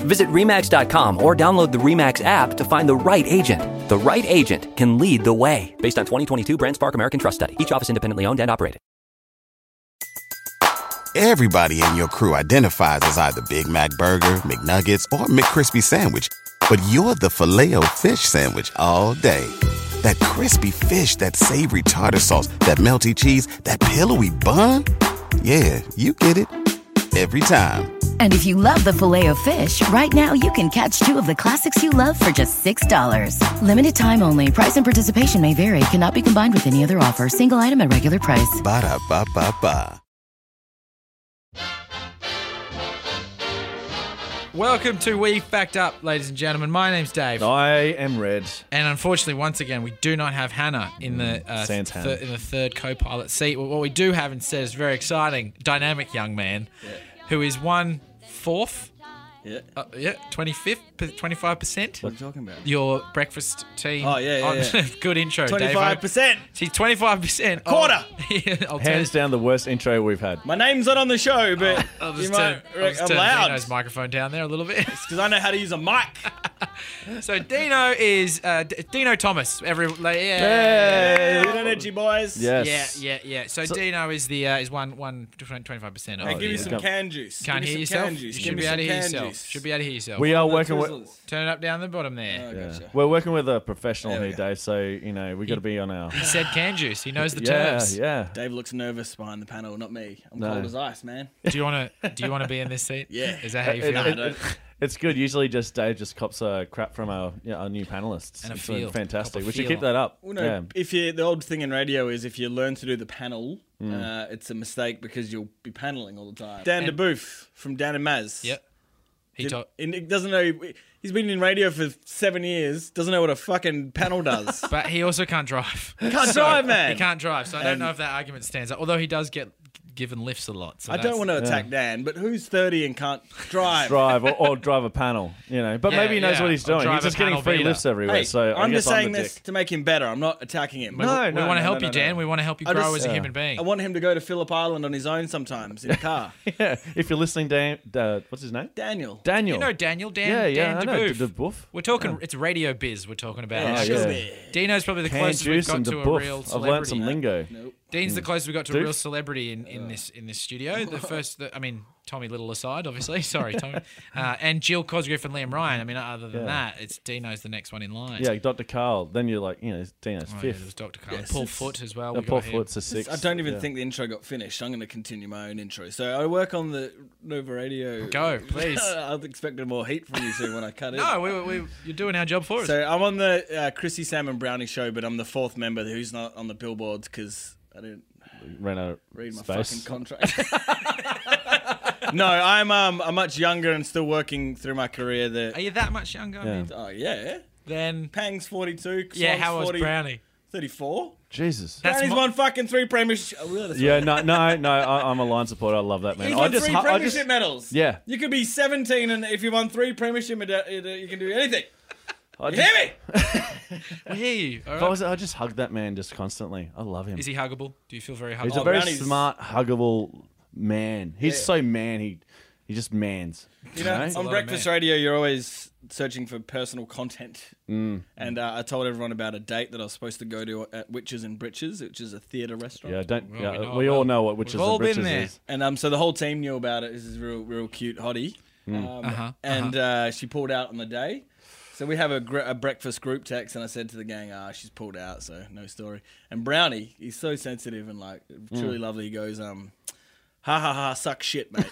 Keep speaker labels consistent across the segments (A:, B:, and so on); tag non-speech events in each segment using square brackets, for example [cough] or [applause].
A: Visit REMAX.com or download the REMAX app to find the right agent. The right agent can lead the way. Based on 2022 Brand Spark American Trust Study, each office independently owned and operated.
B: Everybody in your crew identifies as either Big Mac Burger, McNuggets, or McCrispy Sandwich, but you're the filet fish Sandwich all day. That crispy fish, that savory tartar sauce, that melty cheese, that pillowy bun. Yeah, you get it every time.
C: And if you love the filet of fish, right now you can catch two of the classics you love for just $6. Limited time only. Price and participation may vary. Cannot be combined with any other offer. Single item at regular price.
B: Ba da ba ba ba.
D: Welcome to We Fact Up, ladies and gentlemen. My name's Dave,
E: I am red.
D: and unfortunately, once again, we do not have Hannah in the uh,
E: Sans Hannah.
D: in the third co-pilot seat. Well, what we do have instead is a very exciting, dynamic young man, who is one fourth,
F: Yeah.
D: uh, yeah, twenty fifth, twenty five percent.
F: What are you talking about?
D: Your breakfast team.
F: Oh, yeah, yeah,
D: on-
F: yeah.
D: [laughs] good intro, Dave.
F: 25%.
D: She's twenty five percent. Oh,
F: Quarter.
D: [laughs]
E: Hands down the worst intro we've had.
F: My name's not on the
D: Oh,
F: show, but
D: I'll
F: you
D: just turn,
F: might
D: I'll just
F: I'm
D: turn
F: loud
D: Dino's microphone down there a little bit. [laughs]
F: because I know how to use a mic.
D: so Dino is uh, D- Dino Thomas. Every like, yeah.
E: Hey!
F: Good energy, boys.
D: Yeah,
E: Yes.
D: yeah, yeah. So, Dino is the uh, is one one twenty five percent.
F: Hey,
D: of
F: give
D: the- uh,
E: Oh,
F: me
E: yeah.
F: some can juice.
D: Can't
F: give
D: hear
F: me some
D: yourself.
F: Can
D: You
F: juice.
D: should
F: give
D: be
F: me
D: able
F: some
D: to hear
F: can
D: yourself.
F: juice.
D: Should be able to hear yourself.
E: We are
F: The
E: working with.
F: Twizzlers.
D: Turn it up down the bottom there.
F: Oh, I
E: Yeah.
F: gotcha.
E: We're working with a professional here,
F: we go.
E: Dave. So you know we got to be
D: [laughs]
E: on our.
D: He said can juice. He
F: [laughs]
D: knows the
E: Yeah,
D: terms.
E: yeah.
F: Dave looks nervous behind the panel, not me. I'm
E: No.
F: cold as
E: [laughs]
F: ice, man.
D: Do you want to? Do you want to be in this seat?
F: Yeah.
D: Is that how you
E: It-
D: feel?
E: it- it- it's good. Usually, just Dave just cops uh, crap from our you know, our new panelists.
D: And a
E: It's been
D: feel. Cop
E: fantastic.
D: a
E: We should
D: feel.
E: keep that up.
F: [laughs] Well, no, [laughs]
E: yeah. Mm.
F: if you the old thing in radio is if you learn to do the panel, uh, it's a mistake because you'll be paneling all the time. Dan
D: And-
F: DeBoof from Dan and Maz.
D: yep. He
F: Did-
D: told.
F: and he doesn't know. He's been in radio for seven years. Doesn't know what a fucking panel does.
D: But he also can't
F: [laughs]
D: drive.
F: Can't drive, man.
D: He can't drive, so I don't know if that argument stands up. Although he does get given lifts a lot. So
F: I don't want to attack Dan, but who's thirty and can't drive?
E: Drive or, or drive a panel, you know. But
D: Yeah,
E: maybe he knows
D: yeah.
E: what he's
D: Or
E: doing.
D: drive
E: He's
D: a
E: just getting
D: panel
E: free
D: beater.
E: lifts everywhere.
F: Hey,
E: so I
F: I'm
E: guess
F: just saying
E: I'm the
F: this
E: dick.
F: to make him better. I'm not attacking him.
E: No,
D: We want to help
E: no,
D: you,
E: no, no.
D: Dan. We want to help you
F: I
D: grow
F: just-
D: as a
F: yeah.
D: human being.
F: I want him to go to Phillip Island on his own sometimes [laughs] in a car.
E: Yeah. If you're listening, Dan, uh, what's his name?
F: Daniel.
E: Daniel.
D: you know Daniel Dan.
E: yeah, yeah,
D: Dan
E: I know.
D: DeBoof.
E: DeBoof.
D: We're talking. It's radio biz. We're talking about.
E: Yeah,
D: It's just-
E: yeah.
D: Dino's probably the
E: Can
D: closest we've
E: juice
D: got
E: and
D: to a real
E: DeBoof. I've
D: celebrity. eh?
E: learned some lingo.
F: Nope.
D: Dean's the closest we got to a
E: Doof?
D: real celebrity in, in this in this studio. The first, the, I mean, Tommy Little aside, obviously. [laughs] Sorry, Tommy. Uh, and Jill Cosgrove and Liam Ryan. I mean, other than
E: Yeah.
D: that, it's Dino's the next one in line.
E: Yeah, Dr. Carl. Then you're like, you know, Dino's
D: Oh, yeah, there was
E: fifth.
D: Dr. Carl. Paul Foot as well. we
E: A
D: got
E: poor
D: here.
E: foot's a sixth.
F: I don't e-, even
E: yeah.
F: think the intro got finished. I'm going to continue my own intro. So I work on the Nova Radio. [laughs]
D: Go, please.
F: I was expecting more heat from you soon when I cut it.
D: No, we, we, we, you're doing our job for us.
F: So I'm on the uh, Chrissy Salmon Brownie show, but I'm the fourth member who's not on the billboards because I didn't
E: Ran out of
F: read my
E: space.
F: fucking contract. [laughs] no, I'm um I'm much younger and still working through my career.
D: Are
F: That
D: you that much younger? I
E: Yeah.
D: mean,
F: oh yeah,
D: Then,
F: Pang's 42.
D: yeah,
F: Swan's
D: how was
F: 40
D: Brownie?
F: 34.
E: Jesus.
D: That's
F: Brownie's
D: my-
F: won fucking three premiership. Oh, really? That's
E: Yeah, no, no, no. I, I'm a line supporter. I love that man.
F: He's
E: I
F: won
E: just,
F: three
E: hu- I
F: premiership
E: just,
F: medals.
E: Yeah.
F: You could be 17, and if you won three premiership medals, you can do anything.
E: I
F: You
E: just,
F: hear me?
D: We hear you. All
E: if I
D: right.
E: was, I just hug that man just constantly. I love him.
D: Is he huggable? Do you feel very
E: He's
D: huggable?
E: a very
F: Oh, Brownie's-
E: smart, huggable man. He's so man. He, he just mans.
F: You know,
E: It's a
F: on
D: lot of
F: breakfast
D: men.
F: radio, you're always searching for personal content.
D: Mm.
F: And uh, I told everyone about a date that I was supposed to go to at Witches and Britches, which is a theatre restaurant.
E: Yeah, don't.
D: Well,
E: yeah,
D: we
E: we
D: know
E: all
D: about-
E: know what witches
D: We've all
E: and
D: been
E: britches
D: there.
E: is.
F: And um, so the whole team knew about it. This is a real, real cute hottie. Um,
D: Uh-huh.
F: And uh, she pulled out on the day. So we have a, gr- a breakfast group text, and I said to the gang, "Ah, she's pulled out, so no story." And Brownie, he's so sensitive and like
D: Mm.
F: truly lovely. He goes, "Um, ha ha ha, suck shit, mate."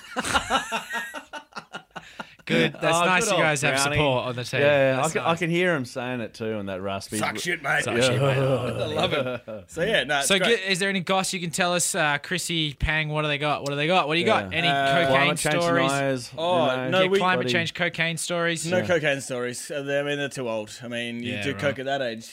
D: Good. That's
E: Oh,
D: nice
E: good
D: you
E: old
D: guys have
E: Brownie.
D: support on the team.
E: Yeah, yeah, I
D: That's
E: can, I
D: nice.
E: can hear him saying it too on that raspy.
F: Suck shit, mate.
D: Suck shit, mate.
F: [laughs] I love it. So yeah, no. It's
D: So,
F: great.
D: get, is there any goss you can tell us, uh, Chrissy Pang? What do they got? What do they got? What do you got?
E: Yeah.
D: Any cocaine
E: Climate change
D: stories?
E: deniers, you
F: Oh,
E: know.
F: no,
D: yeah,
F: we-
D: climate
E: Bloody-
D: change, cocaine stories.
F: No cocaine stories. Uh, they- I mean, they're too old. I mean, you
D: Yeah,
F: do
D: right.
F: coke at that age.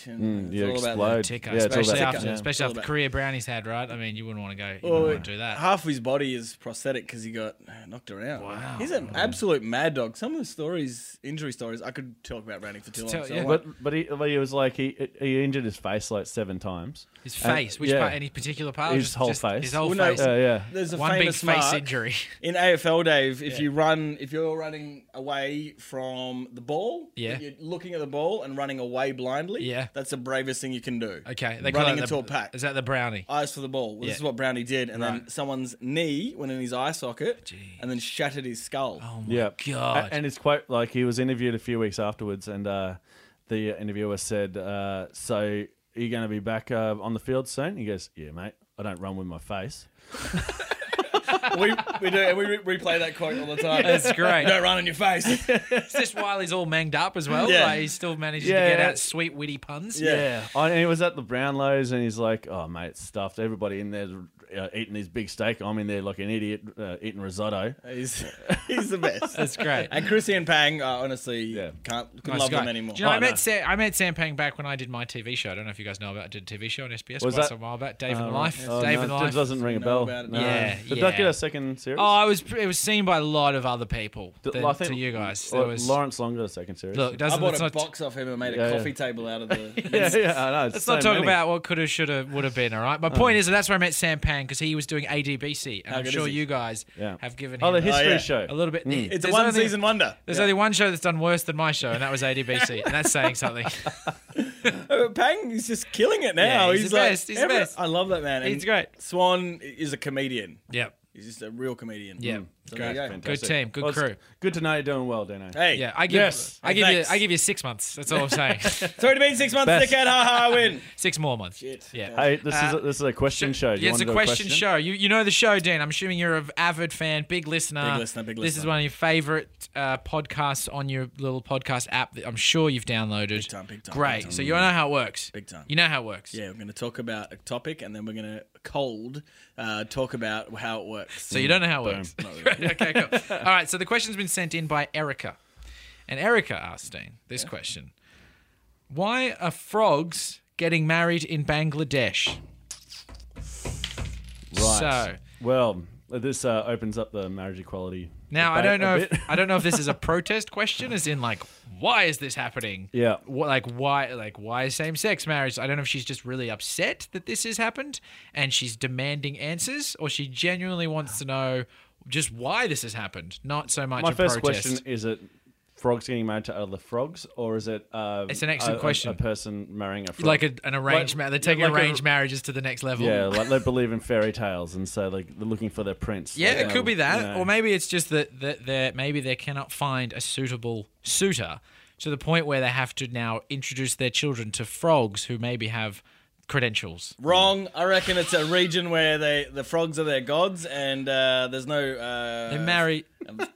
E: Mm,
F: And it's
E: you
F: all about
E: explode.
F: that.
D: Ticker,
E: Yeah, it's all about
D: especially
E: ticker.
D: after,
E: Yeah.
D: especially
F: All
D: after
F: about-
D: career brownies had, right? I mean, you wouldn't want to go. You
F: Well,
D: wouldn't want to do that.
F: Half of his body is prosthetic because he got knocked around. Wow. He's an absolute mad dog. Some of the stories, injury stories, I could talk about Randy for too long.
D: Tell-
F: so I
D: yeah.
F: won't.
E: But but he, but he was like he he injured his face like seven times.
D: His
E: And-
D: face, which
E: yeah.
D: part? Any particular part? or
E: His
D: just-
E: whole
D: just
E: face.
D: His whole
F: Well, no,
D: face.
E: Uh, yeah.
F: There's a
D: One big
F: famous
D: face
F: mark.
D: injury.
F: in AFL, Dave. If you run, if you're running away from the ball,
D: Yeah.
F: if you're looking at the ball and running away blindly.
D: Yeah.
F: that's the bravest thing you can do.
D: Okay, they call
F: running
D: that
F: into
D: the,
F: a pack.
D: Is that the brownie?
F: Eyes for the ball. Well,
D: Yeah.
F: This is what Brownie did, and then someone's knee went in his eye socket, and then shattered his skull.
D: Oh my
E: Yeah.
D: god!
E: A- And it's quite like he was interviewed a few weeks afterwards, and uh, the interviewer said, uh, "So are you going to be back uh, on the field soon?" He goes, "Yeah, mate. I don't run with my face."
F: [laughs] we, we do, and we re- replay that quote all the time.
D: That's great.
F: [laughs] Don't run in
D: [laughs]
F: your face.
D: Is this while he's all manged up as well?
F: Yeah.
D: Like he still manages
E: Yeah.
D: to get out sweet witty puns.
F: Yeah.
E: I, and he was at the Brownlows, and he's like, "Oh, mate, it's stuffed. Everybody in there's uh, eating this big steak. I'm in there like an idiot uh, eating risotto."
F: he's, he's the best.
D: [laughs] That's great.
F: And Chrissy and Pang, uh, honestly,
E: Yeah.
F: can't couldn't
D: Nice
F: love
D: guy.
F: them anymore.
D: Do you know, I
E: Oh,
D: met
E: no.
D: Sam, I met Sam Pang back when I did my TV show. I don't know if you guys know about. I did a TV show on SBS
E: Was
D: quite
E: that-
D: some while back. Dave
E: Oh,
D: and
E: right.
D: Life.
E: Oh,
D: Dave
E: no,
D: and
E: it
D: Life.
E: doesn't ring a
F: Know
E: bell.
F: about it.
E: No.
D: Yeah,
E: Did
D: yeah.
E: that get a second series?
D: Oh, I was. It was seen by a lot of other people
E: Did-
D: than
E: I think
D: to you guys.
E: L-
D: There was,
E: Lawrence Long got a second series.
D: look,
F: I
D: doesn't
F: bought
D: let's
F: a
D: not,
F: box off him and made
E: Yeah,
F: a
E: yeah.
F: coffee table out of the.
E: [laughs]
D: [laughs]
E: yeah, yeah, I know.
D: let's not talk about what could have, should have, would have been. All
E: Oh.
D: right. My point is that that's where I met Sam Pang because he was doing ADBC, and I'm
F: good
D: sure
F: is he?
D: you guys have given him
E: Oh, the
D: a-
E: history
F: yeah.
E: show. Mm. Hmm.
D: a little bit.
F: It's a
D: There's
F: one
D: only-
F: season wonder.
D: There's only one show that's done worse than my show, and that was ADBC, and that's saying something. [laughs]
F: Uh, Pang is just killing it now.
D: Yeah, he's the
F: like,
D: best, he's the best.
F: I love that man.
D: He's
F: And
D: great.
F: Swan is a comedian.
D: yep.
F: He's just a real comedian.
D: Yeah.
F: So there you go.
D: Good team, good
E: it's
D: crew. Uh,
E: Good to know you're doing well, Dino.
F: Hey,
D: Yeah, I give
F: Yes.
D: I give
F: Thanks.
D: you I give you six months. That's all
F: [laughs]
D: I'm saying. [laughs]
F: It's already been six months,
E: Best.
F: dickhead. Ha ha, win.
D: six more months. Yeah.
E: Hey, this is a, this is a question show. Do you
D: Yeah, uh, it's
E: want
D: a
E: to do
D: question, show. You you know the show, Dean. I'm assuming you're an avid fan, big listener.
F: Big listener, big
D: This is
F: listener.
D: one of your favorite uh, podcasts on your little podcast app that I'm sure you've downloaded. Big
F: time, big time,
D: Great.
F: big time.
D: So you know how it works.
F: Big time.
D: You know how it works.
F: Yeah, we're going to talk about a topic and then we're going to cold uh, talk about how it works.
D: So you don't know how it [laughs] works. okay, cool. All right. So the question's been sent in by Erica, and Erica asked Dean this question: Why are frogs getting married in Bangladesh?
E: Right.
D: So-
E: well, this uh, opens up the marriage equality.
D: Now I
E: debate
D: don't know.
E: a
D: If, [laughs]
E: bit. [laughs]
D: I don't know if this is a protest question, as in like, why is this happening?
E: Yeah.
D: What, like why? Like why same sex marriage? I don't know if she's just really upset that this has happened and she's demanding answers, or she genuinely wants to know just why this has happened. Not so much.
E: My
D: a
E: first
D: protest.
E: question is: It frogs getting married to other frogs, or is it? Uh,
D: It's an
E: a,
D: excellent
E: a-
D: question.
E: A person marrying a frog,
D: like a, an arranged
E: Like-
D: marriage. They're taking
E: like a-
D: arranged marriages to the next level. [laughs]
E: Yeah, like they believe in fairy tales, and so like they're looking for their prince.
D: Yeah,
E: Like, um,
D: it
E: you
D: could
E: know,
D: be that,
E: you know.
D: or maybe it's just that that they maybe they cannot find a suitable suitor to the point where they have to now introduce their children to frogs who maybe have credentials.
F: Mm. Wrong. I reckon it's a region where they the frogs are their gods and uh, there's no. Uh,
D: They marry.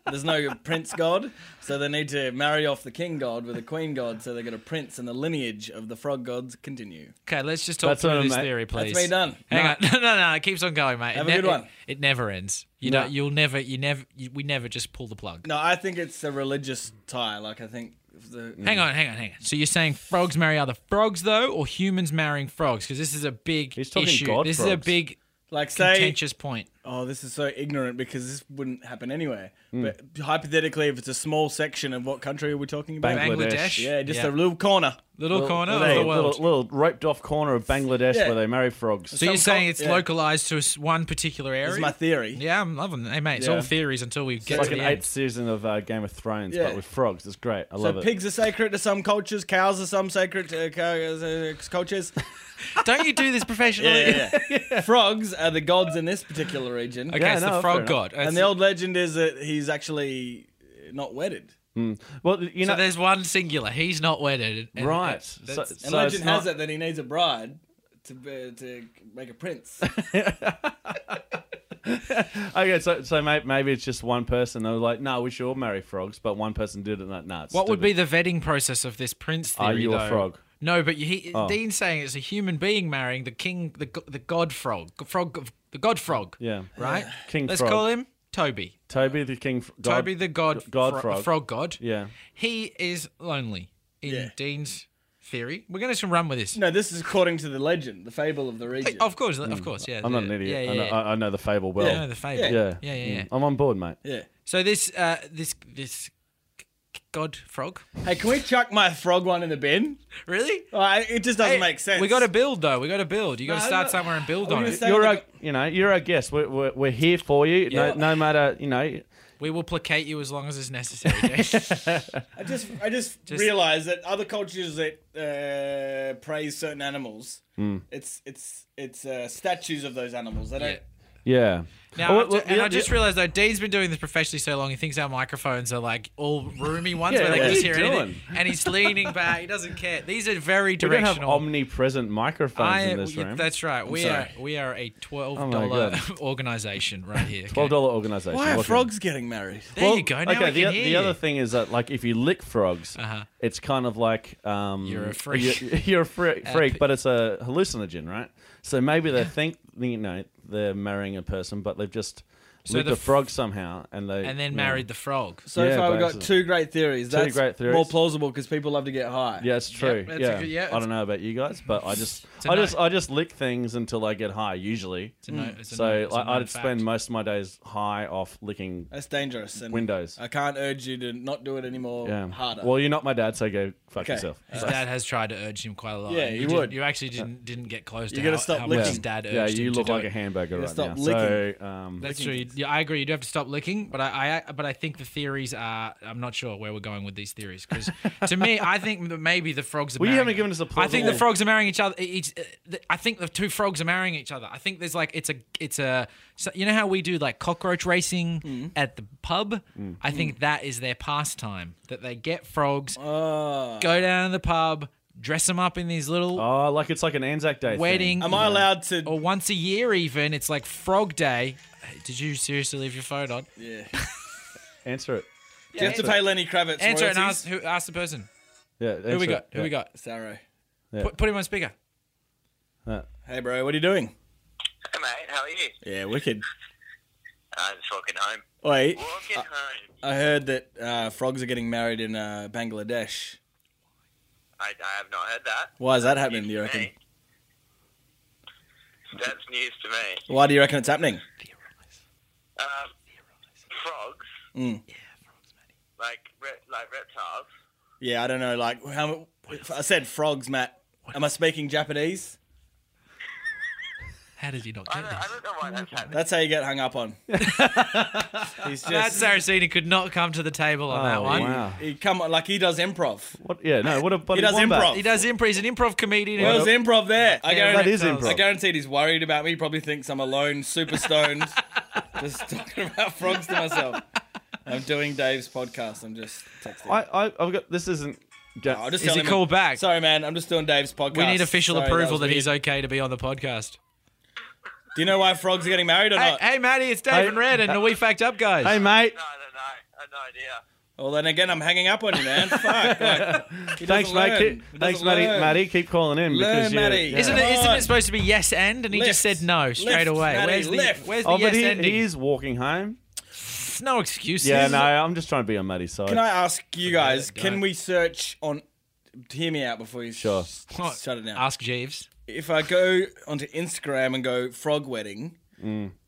F: There's no prince god, so they need to marry off the king god with a queen god, so they get a prince, and the lineage of the frog gods continue.
D: Okay, let's just talk
E: That's
D: through
E: what I
D: this
E: meant.
D: theory, please.
F: me done.
D: Hang on, [laughs] no, no, no, it keeps on going, mate.
F: Have
D: it
F: a good
D: it-
F: one.
D: It, never ends. You
E: No.
D: don't. You'll never. You never. You, we never just pull the plug.
F: No, I think it's a religious tie. Like I think the
D: Hang on, hang on, hang on. So you're saying frogs marry other frogs though, or humans marrying frogs? Because this is a big
E: He's talking
D: issue.
E: god
D: this is a
E: frogs.
D: big
F: like say
D: contentious point.
F: oh this is so ignorant because this wouldn't happen anywhere. But hypothetically, if it's a small section of what country are we talking about?
E: Bangladesh.
D: Bangladesh.
F: Yeah, just a little corner.
D: little, corner Oh, of the
E: little,
D: world.
E: little, little roped off corner of Bangladesh
F: Yeah.
E: where they marry frogs.
D: so you're
F: some
D: saying
F: col-
D: it's
F: yeah.
D: localized to s- one particular area?
F: That's my theory.
D: Yeah, I'm loving it. Hey, mate, it's
E: Yeah.
D: all theories until we get
E: It's like
D: to
E: an
D: the
E: eighth
D: end.
E: season of uh, Game of Thrones,
F: Yeah.
E: but with frogs. It's great. I
F: So
E: love it.
F: pigs are sacred to some cultures, cows are some sacred to uh, co- uh, cultures.
D: Don't you do this professionally?
F: Yeah, yeah, [laughs] yeah. Frogs are the gods in this particular region.
D: Okay,
E: Yeah,
D: it's
E: no,
D: the
E: fair
D: frog
E: enough.
D: god. It's-
F: And the old legend is that he's actually not wedded.
E: Well, you
D: so
E: know,
D: there's one singular. He's not wedded. and-
E: right.
D: and-
E: So,
D: that's-
F: And
E: so
F: legend
E: it's not-
F: has it that he needs a bride to uh, to make a prince.
E: Okay, so so may- maybe it's just one person. They were like, "No, we should all marry frogs," but one person did it. and Like, nah, it's
D: What would be
E: stupid."
D: the vetting process of this prince theory?
E: Are you a
D: though?
E: frog? Oh.
D: No, but he, Dean's saying it's a human being marrying the king, the go- the god frog, frog of the god frog.
E: Yeah.
D: right.
E: [sighs] King
D: Let's
E: frog.
D: call him Toby.
E: Toby the king? F- God,
D: Toby the god,
E: God
D: fro-
E: frog.
D: frog god.
E: Yeah.
D: He is lonely in
F: Yeah.
D: Dean's theory. We're going to just run with this.
F: No, Mm. this is according to the legend, the fable of the region.
D: Of course, of course, yeah.
E: I'm not an
D: yeah,
E: idiot.
D: Yeah,
E: I, know,
D: yeah,
E: I, I know the fable well.
D: yeah. I know the fable.
E: yeah.
D: Yeah, yeah, yeah.
E: Mm. I'm on board, mate.
F: yeah.
D: So this, uh, this, this g- god frog.
F: Hey, can we chuck my frog one in the bin?
D: Really?
F: Uh, it just doesn't
D: Hey,
F: make sense.
D: We got to build though. We got to build. You got to
F: No,
D: start
F: no.
D: somewhere and build
F: I
D: on
F: was
D: it.
F: gonna say-
E: You're a, you know, you're our guest. We're, we're, we're here for you.
F: Yeah.
E: No, no matter, you know.
D: We will placate you as long as is necessary.
F: [laughs]
D: Dave.
F: I just,
E: [laughs]
F: I just,
D: Just-
F: realized that other cultures that uh, praise certain animals, it's, it's, it's uh, statues of those animals. They don't.
D: Yeah.
E: Hmm. Yeah.
D: now,
E: Oh,
D: I ju-
E: well,
D: and
E: yeah,
D: I just
E: yeah.
D: realized though, Dean's been doing this professionally so long, he thinks our microphones are like all roomy ones
E: Yeah,
D: where they
E: what
D: can
E: are
D: just
E: you
D: hear anything.
E: doing?
D: And he's leaning back. He doesn't care. These are very
E: we don't
D: directional.
E: have omnipresent microphones
D: I-
E: in this
D: yeah,
E: room. Oh
D: That's right. We
F: sorry.
D: are we are a twelve
E: my
D: dollar [laughs]
E: God.
D: organization right here. okay?
E: Twelve dollar organization.
F: Why are
E: Welcome.
F: frogs getting married?
D: There you go. Now
E: okay,
D: I
E: the,
D: can hear
E: the
D: you. Uh-huh.
E: other thing is that like if you lick frogs, it's kind of like um,
D: You're a freak.
E: [laughs] You're, you're a freak,
D: Uh,
E: freak,
D: p-
E: but it's a hallucinogen, right? So maybe they think you know they're marrying a person, but they've just licked
D: the
E: a frog somehow, and they
D: and then
E: yeah.
D: married the frog.
F: So
E: Yeah,
F: far, we've got
E: basically.
F: two great theories. That's
E: great theories.
F: More plausible because people love to get high.
E: Yeah, it's true.
D: that's a
E: yeah.
D: good- yeah,
E: I
D: it's-
E: don't know about you guys, but I just,
D: a
E: I just,
D: no.
E: I just lick things until I get high. Usually,
D: It's a no- it's a
E: Mm. so
D: no- it's a
E: like,
D: known
E: I'd spend
D: fact.
E: most of my days high off licking.
F: That's dangerous. And
E: Windows.
F: I can't urge you to not do it anymore.
E: Yeah,
F: Harder.
E: Well, you're not my dad, so go fuck
F: Okay.
E: yourself.
D: His dad has tried to urge him quite a lot.
F: Yeah,
D: and
F: you
D: didn't-
F: would.
D: You actually didn't didn't get close to
F: You gotta
D: how,
F: stop
D: how much
F: licking.
D: his dad urged
E: yeah,
D: him
E: you
D: to
E: look
D: do
E: like
D: it.
E: a hamburger right
F: stop
E: now.
F: licking.
E: So, um,
D: That's true. You- Yeah, I agree. You do have to stop licking, but I, I, but I think the theories are. I'm not sure where we're going with these theories because, to me, I think that maybe the frogs are.
E: Well, you
D: marrying-
E: haven't given us a
D: I think the
E: plausible-
D: frogs are marrying each other. Each, uh, th- I think the two frogs are marrying each other. I think there's like it's a, it's a. So, you know how we do like cockroach racing
E: Mm.
D: at the pub. I think that is their pastime. That they get frogs,
E: Ah.
F: Uh,
D: go down to the pub, dress them up in these little
E: oh, like it's like an Anzac Day thing.
D: wedding.
F: Am I allowed to?
E: Oh.
D: or once a year even it's like frog day did you seriously leave your phone on
F: yeah.
E: Answer it.
F: Do you have to pay Lenny Kravitz?
D: answer it and ask
F: royalties?
D: who ask the person
E: Yeah.
D: who we got who we got
F: Sorry.
D: put, put him on speaker
F: Hey, bro, what are you doing?
G: Hey mate, how are you?
F: Yeah, wicked.
G: I'm just walking home.
F: Wait,
G: Walking home.
F: I heard that uh, frogs are getting married in uh, Bangladesh.
G: I, I have not heard that.
F: Why is that happening? Do you reckon?
G: Hey. That's news to me.
F: Why do you reckon it's happening?
G: Um, frogs.
F: Mm.
G: Yeah, frogs, Matty. Like re- like reptiles.
F: Yeah, I don't know. Like, how? I said frogs, Matt. Am I speaking Japanese?
D: how did you not
G: I
D: get
G: don't, I
D: this
G: don't know why that's happening.
F: That's how you get hung up on. He's
D: that
F: just
D: Saraceni could not come to the table on that one
E: Oh, Wow.
F: he come on, like he does improv.
E: What? Yeah. No. What a buddy
F: does
E: wombat.
F: improv.
D: he does improv he's an improv comedian
F: Well, it's improv there. I
D: Yeah,
F: guarantee,
E: That is
D: Reptiles.
F: I
E: improv.
F: guaranteed he's worried about me. He probably thinks I'm alone, super stoned, [laughs] just talking about frogs to myself. I'm doing Dave's podcast. I'm just texting.
E: I, I, I've got. This isn't. Ga-
F: I'll just
D: is
F: tell
D: he
F: him-
D: called back
F: Sorry, man. I'm just doing Dave's podcast.
D: we need official
F: Sorry,
D: approval
F: was
D: that, he's
F: weird.
D: okay to be on the podcast
F: Do you know why frogs are getting married or
D: hey,
F: not?
D: hey Maddie it's Dave
E: Hey- uh,
D: and Red and the we fact up guys
E: hey, mate.
G: No, I don't know. I have no idea.
F: Well, then again, I'm hanging up on you, man. Fuck. Like, he
D: [laughs]
F: doesn't
E: Thanks, mate.
F: learn.
E: Keep-
F: He
E: thanks,
F: doesn't
E: Matty.
F: learn.
E: Matty, keep calling in because you.
F: Matty.
E: Yeah.
D: isn't
F: Come
D: it, isn't
F: on.
D: it supposed to be yes and and he just
F: Lift.
D: said no straight
F: Lift,
D: away
F: Matty,
D: where's the
F: lift.
D: where's the
E: Oh,
D: yes
E: but he,
D: ending
E: he is walking home.
D: It's no excuses
E: Yeah, no, I'm just trying to be on Matty's side.
F: Can I ask you guys?
D: go
F: Can
D: ahead.
F: we search on? Hear me out before you sh-
E: Sure.
D: What?
F: shut it down.
D: ask Jeeves
F: if I go onto Instagram and go frog wedding,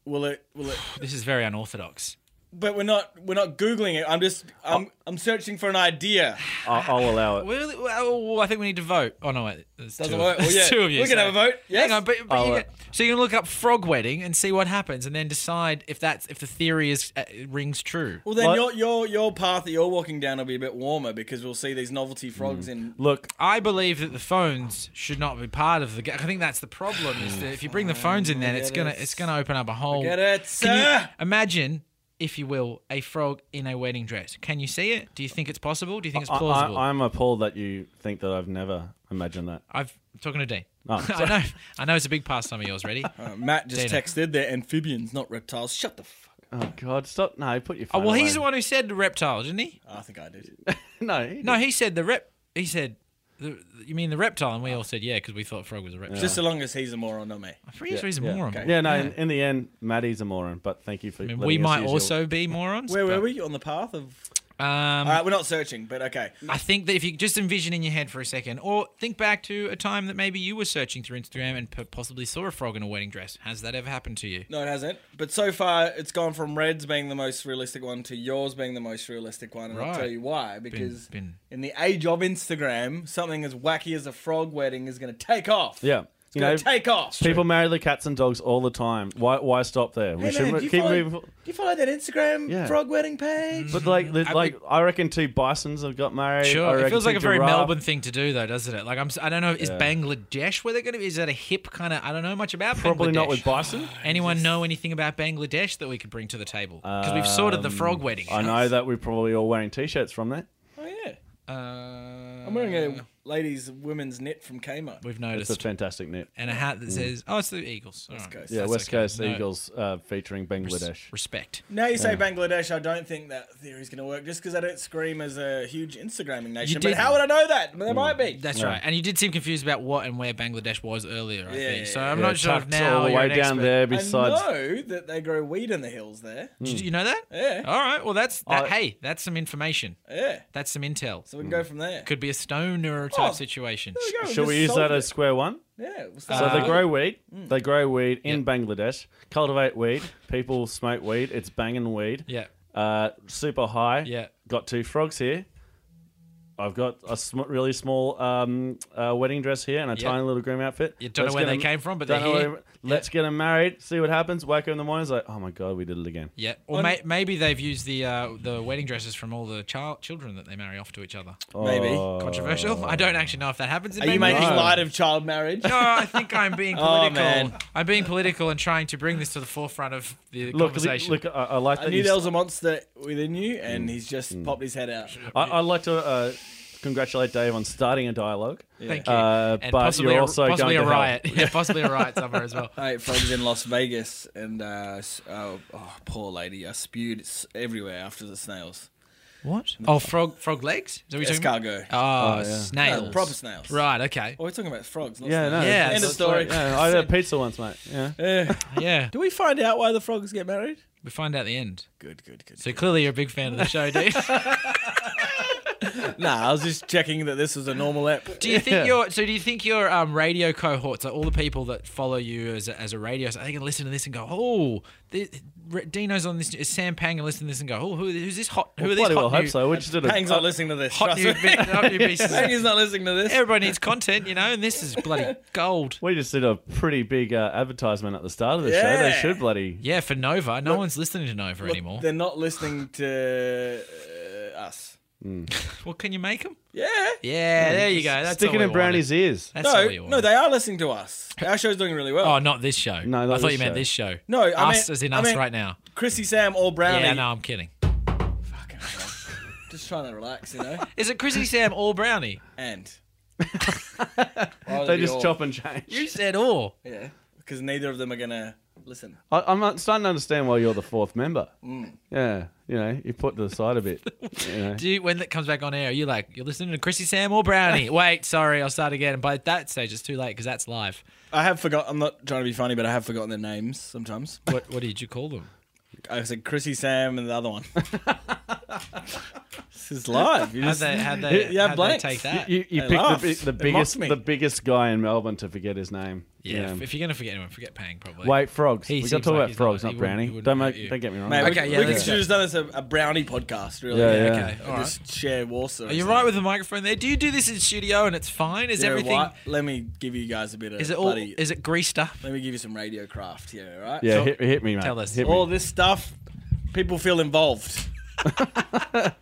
F: will it? Will it?
D: this is very unorthodox
F: But we're not we're not googling it. I'm just I'm I'm searching for an idea.
E: I'll, I'll allow it.
D: Well, well, I think we need to vote. Oh no, wait, there's two,
F: Doesn't
D: of- [laughs]
F: work. Well,
D: there's
F: yeah,
D: two of you.
F: we can
D: so-
F: have a vote. Yes.
D: Hang on, but, but you
E: right.
D: can, so you can look up frog wedding and see what happens, and then decide if that's if the theory is uh, rings true.
F: Well, then
E: What?
F: your your your path that you're walking down will be a bit warmer because we'll see these novelty frogs in.
E: Look,
D: I believe that the phones should not be part of the. ga- I think that's the problem. Is that if you bring the
F: [sighs]
D: phones in, then it's gonna it's gonna open up a whole.
F: Get it,
D: Can you
F: sir?
D: imagine, if you will, a frog in a wedding dress? Can you see it? Do you think it's possible? Do you think it's
E: I,
D: plausible?
E: I, I'm appalled that you think that I've never imagined that.
D: I've I'm talking to Dean.
E: Oh,
D: [laughs] I know. I know it's a big pastime of yours.
E: [laughs]
D: Ready?
F: Uh, Matt just
D: Dana.
F: texted, they're amphibians, not reptiles. Shut the fuck up.
E: Oh God, stop! No, put your.
D: Oh
E: Phone
D: well, he's the
E: away.
D: one who said the reptile, didn't he?
F: I think I did.
E: [laughs] No, he
D: No, he said the rep. He said, the, "You mean the reptile?" And we all said, "Yeah," because we thought frog was a reptile.
F: Just so long as he's a moron, not me.
D: I'm pretty sure he's a moron.
F: okay.
E: Yeah, no. In, in the end, Maddie's a moron, but thank you for.
D: I mean,
E: letting
D: we
E: us
D: might
E: use your-
D: also be morons.
F: Where were
D: but,
F: we? On the path of.
D: Um,
F: All right, Uh, we're not searching, but okay.
D: I think that if you just envision in your head for a second, or think back to a time that maybe you were searching through Instagram and p- possibly saw a frog in a wedding dress. Has that ever happened to you?
F: No, it hasn't. But so far, it's gone from Red's being the most realistic one to yours being the most realistic one. And I'll
D: Right.
F: tell you why. Because
D: been-
F: in the age of Instagram, something as wacky as a frog wedding is going to take off.
E: Yeah,
F: It's
E: you
F: going
E: know,
F: to take off.
E: people marry their cats and dogs all the time. Why? Why stop there? We
F: Hey,
E: should
F: man,
E: mo-
F: do, you
E: keep
F: follow,
E: moving.
F: do you follow that Instagram
E: Yeah.
F: frog wedding page?
E: But like, the- like I reckon two bisons have got married. I
D: Hmm. Sure, it
E: reckon
D: feels like
E: two
D: a very
E: giraffe-
D: Melbourne thing to do, though, doesn't it? Like I'm, s- I don't know, is Bangladesh where they're going to be? Is that a hip kind of? I don't know much about.
E: Probably not with
D: Bangladesh.
E: bison.
D: Anyone know anything about Bangladesh that we could bring to the table? Because we've sorted the frog wedding.
E: Um, I know that we're probably all wearing t-shirts from that.
F: oh, yeah.
D: Uh,
F: I'm wearing a ladies' women's knit from Kmart.
D: we've
E: It's a
D: noticed.
E: fantastic knit.
D: and a hat that says, "Oh, it's the Eagles." All right.
F: Coast.
E: Yeah,
D: That's
E: West
D: okay.
E: Coast
D: No.
E: Eagles uh, featuring Bangladesh.
D: Respect.
F: Now you say Bangladesh, I don't think that theory's going to work just because I don't scream as a huge Instagramming nation. But
D: didn't.
F: how would I know that? There might be.
D: That's right. And you did seem confused about what and where Bangladesh was earlier, I
F: Yeah,
D: think. So
F: yeah,
D: I'm
E: Yeah,
D: not sure if
E: tucked
D: now
E: all the
D: you're
E: way
D: an
E: down
D: expert.
E: there.
F: I
E: Besides,
F: know that they grow weed in the hills there.
D: Did you know that?
F: Yeah.
D: All right. Well, that's that.
E: Mm. I-
D: hey, that's some information.
F: Yeah.
D: That's some intel.
F: So we can go from there.
D: Could be a stoner type
F: Oh.
D: situation.
F: There go,
E: Hmm. should
F: just
E: we use
F: solved
E: that as
F: it.
E: square one?
F: Yeah. We'll
E: So
F: start
E: they
D: Uh,
F: with-
E: grow weed.
F: Mm.
E: They grow weed in Bangladesh. Cultivate weed. People smoke weed. It's banging weed.
D: Yeah.
E: Uh, super high.
D: Yeah.
E: Got two frogs here. I've got a sm- really small um, uh, wedding dress here and a
D: Yeah.
E: tiny little groom outfit.
D: You don't know where
E: get
D: they
E: 'em-
D: came from, but
E: don't
D: they're
E: know
D: here.
E: where- let's get them married. See what happens. Wake up in the morning. It's like, oh my god, we did it again.
D: Yeah. Or may, maybe they've used the uh, the wedding dresses from all the child children that they marry off to each other.
F: Maybe.
E: Oh.
D: Controversial. I don't actually know if that happens. In
F: Are you
D: Bangladesh.
F: making light of child marriage?
E: [laughs]
D: No, I think I'm being
F: Oh,
D: political.
F: man.
D: I'm being political and trying to bring this to the forefront of the
E: Look, look,
D: conversation.
E: look, I, I like that.
F: I knew
E: you
F: there was a monster within you, and he's just
E: Hmm.
F: popped his head out.
E: I, I'd like to uh, congratulate Dave on starting a dialogue.
D: Thank you.
E: Uh,
D: and
E: but
D: possibly,
E: you're
D: a,
E: also
D: possibly
E: going
D: a
E: to hell.
D: riot. Yeah, possibly a riot somewhere as well.
F: I ate frogs Uh, in Las Vegas, and uh, s- oh, oh, poor lady, I spewed s- everywhere after the snails.
D: What? Oh, frog frog legs? Is that what you're talking
F: Escargot.
D: about? Oh, snails.
F: No, proper snails.
D: Right, okay.
F: Oh, we're talking about frogs. Not
E: Yeah, no.
F: snails.
D: Yeah,
E: it's-
D: end of
E: it's
F: story.
E: like- yeah, I had a
F: [laughs]
E: pizza once, mate. Yeah.
D: Yeah.
F: Do we find out why the frogs get married?
D: We find out the end.
F: Good, good, good.
D: So clearly you're a big fan of the show, dude.
F: Nah, I was just checking that this was a normal app.
D: do
F: [laughs]
D: you think your so do you think your um, radio cohorts are all the people that follow you as a, as a radio so they can listen to this and go, "Oh, the, Re- Dino's on this Sam Pang and listen to this and go, "Oh, who, who's this hot who are these
E: Bloody well
D: hot
E: hope
D: new,
E: so. We just did a
F: Pang's not listening to this.
D: hot
F: Trust
D: new,
F: me.
D: bit- hot new pieces?"
F: [laughs] Pang's not listening to this.
D: Everybody needs content, you know, and this is bloody gold.
E: we just did a pretty big uh, advertisement at the start of the show. They
F: Yeah.
E: should bloody.
D: Yeah, for Nova, no one's listening to Nova
F: Look,
D: anymore.
F: They're not listening to uh, us.
D: Well, can you make them?
F: Yeah.
D: Yeah, there you go. That's
E: Stick it
D: all
E: in
D: we
E: Brownie's
D: wanted.
E: ears.
D: That's all
F: No,
D: we
F: no,
D: wanted.
F: they are listening to us. Our show's doing really well.
D: Oh, not this show.
E: No, not
D: I thought
E: this
D: you meant
E: show.
D: this show.
F: No, I
D: us
F: meant-
D: as in
F: I
D: us
F: meant-
D: right now.
F: Chrissy, Sam, or Brownie.
D: Yeah, no, I'm kidding.
F: Just trying to relax, you know. [laughs]
D: Is it Chrissy Sam or Brownie?
F: And
E: They just chop and change.
D: You said all.
F: Yeah, because neither of them are gonna listen.
E: I, I'm not starting to understand why you're the fourth member.
F: Mm.
E: Yeah, you know, you put to the side a
F: [laughs]
E: bit. You know.
D: Do you, when that comes back on air, are you like you're listening to Chrissy Sam or [laughs] Brownie? Wait, sorry, I'll start again. And by that stage, it's too late because that's live.
F: I have forgot. I'm not trying to be funny, but I have forgotten their names sometimes.
D: What what did you call them?
F: I said Chrissy, Sam, and the other one. [laughs] this is live. You
D: [laughs] How'd
F: just,
D: they, how'd [laughs] they,
F: Yeah,
D: how'd they
F: blanks.
D: take that?
E: You, you
F: They
E: picked the,
F: laugh.
E: bi- the
F: They
E: biggest
F: mock me.
E: the biggest guy in Melbourne to forget his name.
D: yeah, if- if you're gonna forget anyone, forget Pang probably.
E: Wait, frogs.
D: He
E: we got to
D: seems
E: talk
D: like
E: about
D: he's
E: frogs,
D: not- he
E: not,
D: wouldn't-
E: brownie.
D: he wouldn't
E: don't,
D: hurt
E: make,
D: you.
E: don't get me wrong.
F: Mate,
D: Okay,
F: we,
D: yeah,
F: we could
D: let's-
F: just have done this a, a brownie podcast, really.
E: Yeah,
F: and
E: yeah.
D: Okay, all right.
F: Just share war stories.
D: Are you right with the microphone there? Do you do this in studio and it's fine? Is
F: You know
D: everything?
F: what? Let me give you guys a bit of.
D: Is it all?
F: bloody,
D: Is it greased up?
F: Let me give you some radio craft here, all right?
E: Yeah,
D: So-
E: hit, hit me, mate.
D: Tell us.
E: Hit me.
F: All this stuff, people feel involved.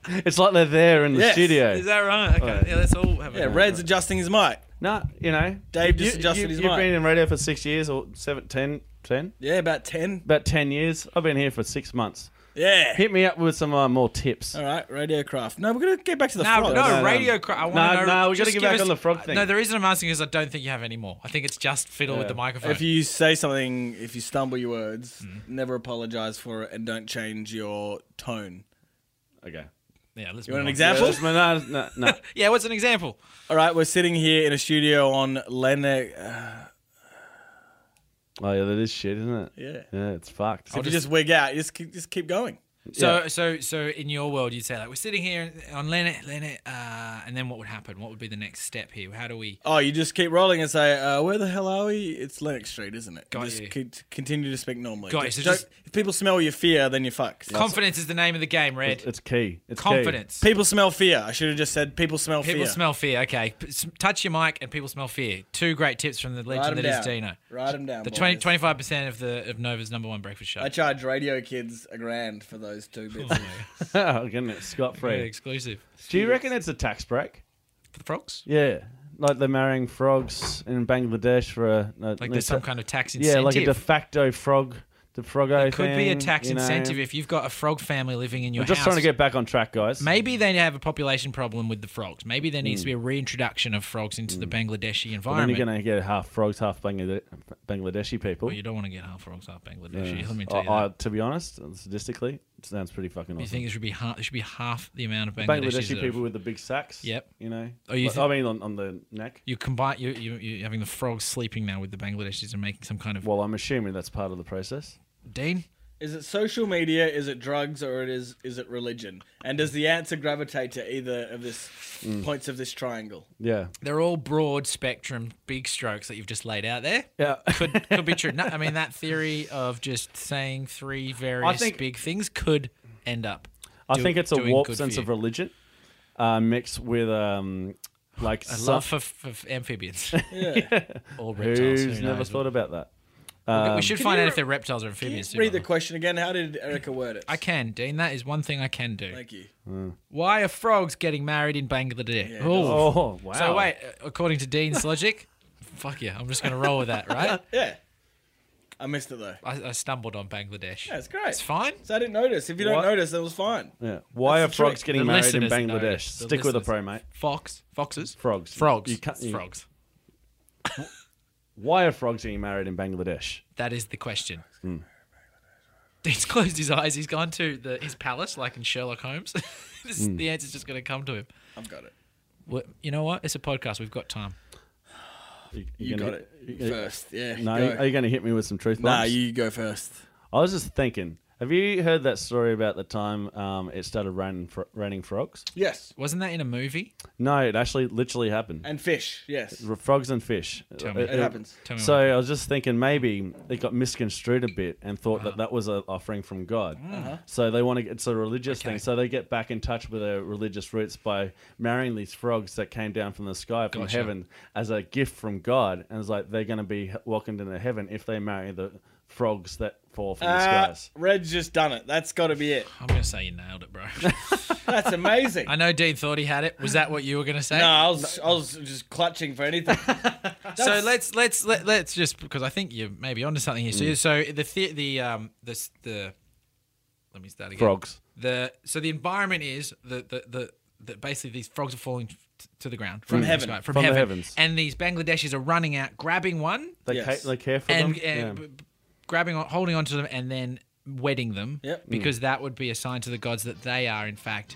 E: It's like they're there in the
F: Yes.
E: studio.
D: Is that right? Okay, yeah, let's all have a
F: Yeah, Red's adjusting his mic.
E: No, you know,
F: Dave
E: you-
F: just adjusted
E: you,
F: his
E: You've
F: mic.
E: been in radio for six years or seven, ten, ten,
F: Yeah, about 10.
E: about ten years. I've been here for six months.
F: Yeah.
E: Hit me up with some uh, more tips.
F: All right, radio craft. No, we're gonna get back to the
D: No,
F: frogs.
D: no,
E: no.
D: radio. Cra- I want
E: No,
D: to know.
E: no, we gotta
D: just
E: get
D: give
E: back
D: us- uh,
E: on the frog thing.
D: No, the reason I'm asking is I don't think you have any more. I think it's just fiddle with the microphone.
F: If you say something, if you stumble your words,
D: Mm-hmm.
F: never apologize for it, and don't change your tone.
E: Okay.
D: Mm-hmm. yeah, let's
F: You want an
D: move on.
F: example?
E: No, no, no, no. [laughs]
D: Yeah, what's an example?
F: All right, we're sitting here in a studio on Lennox. Uh,
E: Oh yeah, that is shit, isn't it?
F: Yeah.
E: Yeah, it's fucked.
D: Oh,
F: if you just wig out, you just keep, just keep going.
D: So, so, so, in your world, you'd say like we're sitting here on Leonard, Leonard, uh, and then what would happen? What would be the next step here? How do we?
F: Oh, you just keep rolling and say, uh, "Where the hell are we?" It's Lennox Street, isn't it?
D: Got
F: just
D: you.
F: con- continue to speak normally.
D: Got you,
F: Just
D: so
F: don't-
D: just-
F: if people smell your fear, then you're fucked.
D: Confidence is the name of the game, Red.
E: It's, it's key. It's key.
D: Confidence.
F: People smell fear. I should have just said, "People smell
D: People
F: fear."
D: smell fear. Okay, P- s- touch your mic and people smell fear. Two great tips from the
F: Write
D: legend
F: them
D: that is
F: down.
D: Dino.
F: Write them down.
D: The
F: boys.
D: 25 percent of the of Nova's number one breakfast show.
F: I charge radio kids a grand for those two bits.
E: [laughs] oh, goodness, scot
D: Very
E: free.
D: exclusive
E: Do you reckon it's a tax break?
D: for the frogs.
E: Yeah, like they're marrying frogs in Bangladesh for a, a
D: Like there's some kind of tax
E: yeah,
D: incentive.
E: like a de facto frog, the froggo
D: It could be a
E: thing,
D: tax
E: you know.
D: incentive if you've got a frog family living in your
E: I'm just
D: house.
E: trying to get back on track, guys.
D: Maybe they have a population problem with the frogs. Maybe there needs to be a reintroduction of frogs into the Bangladeshi
E: And Hmm. then
D: environment.
E: you're gonna get half frogs, half Banglade- Bangladeshi people.
D: Well, you don't want to get half frogs, half Bangladeshi. Let me
E: Mm. I,
D: tell you.
E: I,
D: that.
E: to be honest, statistically, it sounds pretty fucking awesome.
D: you think it should be half? There should be half the amount of Bangladeshis.
E: Bangladeshi
D: that are-
E: people with the big sacks.
D: Yep.
E: You know.
D: Oh, you
E: Like,
D: think-
E: I mean, on, on the neck.
D: You combine you you you're having the frogs sleeping now with the Bangladeshis and making some kind of
E: Well, I'm assuming that's part of the process.
D: Dean.
F: Is it social media? Is it drugs? Or it is is it religion? And does the answer gravitate to either of this
D: Mm.
F: points of this triangle?
E: Yeah.
D: They're all broad spectrum, big strokes that you've just laid out there.
E: Yeah. [laughs]
D: could could be true. No, I mean that theory of just saying three various
E: think-
D: big things could end up.
E: I
D: do-
E: think it's a
D: doing
E: warped
D: good for
E: sense of
D: you.
E: religion, uh, mixed with um, like
D: a
E: some-
D: love for, for, for
E: [laughs]
D: amphibians. [laughs] All reptiles.
E: who's
D: who
E: never
D: knows?
E: thought about that?
D: we should find out if they're reptiles or
F: Can you
D: amphibians. too,
F: read
D: by
F: the
D: the way.
F: question again? How did Erica word it?
D: I can, Dean. That is one thing I can do.
F: Thank you.
D: Why are frogs getting married in Bangladesh? Ooh.
E: Oh wow!
D: So wait, uh, according to Dean's logic, fuck yeah, I'm just going to roll with that, right?
F: Yeah, I missed it though.
D: I, I stumbled on Bangladesh.
F: That's great.
D: It's fine.
F: So I didn't notice. If you don't
E: What?
F: notice, that was fine.
E: Yeah. Why are
F: That's the
E: frogs
F: trick.
E: getting
D: The
E: married in
D: listeners know.
E: Bangladesh?
D: The
E: Stick with the
D: listeners-
E: pro, mate.
D: Fox, foxes,
E: Frogs.
D: frogs,
E: You can't-
D: It's
E: you-
D: frogs.
E: Why are frogs getting married in Bangladesh?
D: That is the question.
E: Hmm.
D: Dean's [laughs] closed his eyes. He's gone to the, his palace, like in Sherlock Holmes. [laughs] this,
E: Hmm.
D: The answer's just going to come to him.
F: I've got it.
D: Well, you know what? It's a podcast. We've got time.
E: You,
F: You
E: gonna
F: got
E: hit-
F: it
E: you-
F: first. Yeah.
E: No,
F: go.
E: are you going to hit me with some truth
F: nah.
E: bombs?
F: You go first.
E: I was just thinking. Have you heard that story about the time um, it started raining, fro- raining frogs?
F: Yes.
D: Wasn't that in a movie?
E: No, it actually literally happened.
F: And fish. Yes.
E: R- frogs and fish.
D: Tell me.
E: It-
F: It
E: it-
F: happens.
D: Tell me.
E: So
D: what-
E: I was just thinking maybe it got misconstrued a bit and thought
D: Uh-huh.
E: that that was an offering from God.
D: Mm.
E: So they want to. It's a religious thing. So they get back in touch with their religious roots by marrying these frogs that came down from the sky from
D: Gotcha.
E: heaven as a gift from God, and it's like they're going to be welcomed into heaven if they marry the frogs that fall from the
F: Uh,
E: skies.
F: Red's just done it. That's got to be it.
D: I'm going to say you nailed it, bro. [laughs]
E: [laughs]
F: That's amazing.
D: I know Dean thought he had it. Was that what you were going to say?
F: No, I was, I was just clutching
E: [laughs]
F: for anything.
D: So let's let's let, let's just because I think you may be onto something here. So,
E: Mm.
D: so the the the um the s- the let me start again.
E: Frogs.
D: The so the environment is the the the, the basically these frogs are falling t- to the ground
F: From
D: the
F: heaven.
D: sky, from,
E: From the
D: heaven,
E: heavens.
D: and these Bangladeshis are running out, grabbing one
E: They,
F: Yes.
E: ca- they care for
D: and,
E: them.
D: and
E: Yeah.
D: b- b- grabbing on, holding onto them, and then wedding them
F: Yep. Mm.
D: because that would be a sign to the gods that they are in fact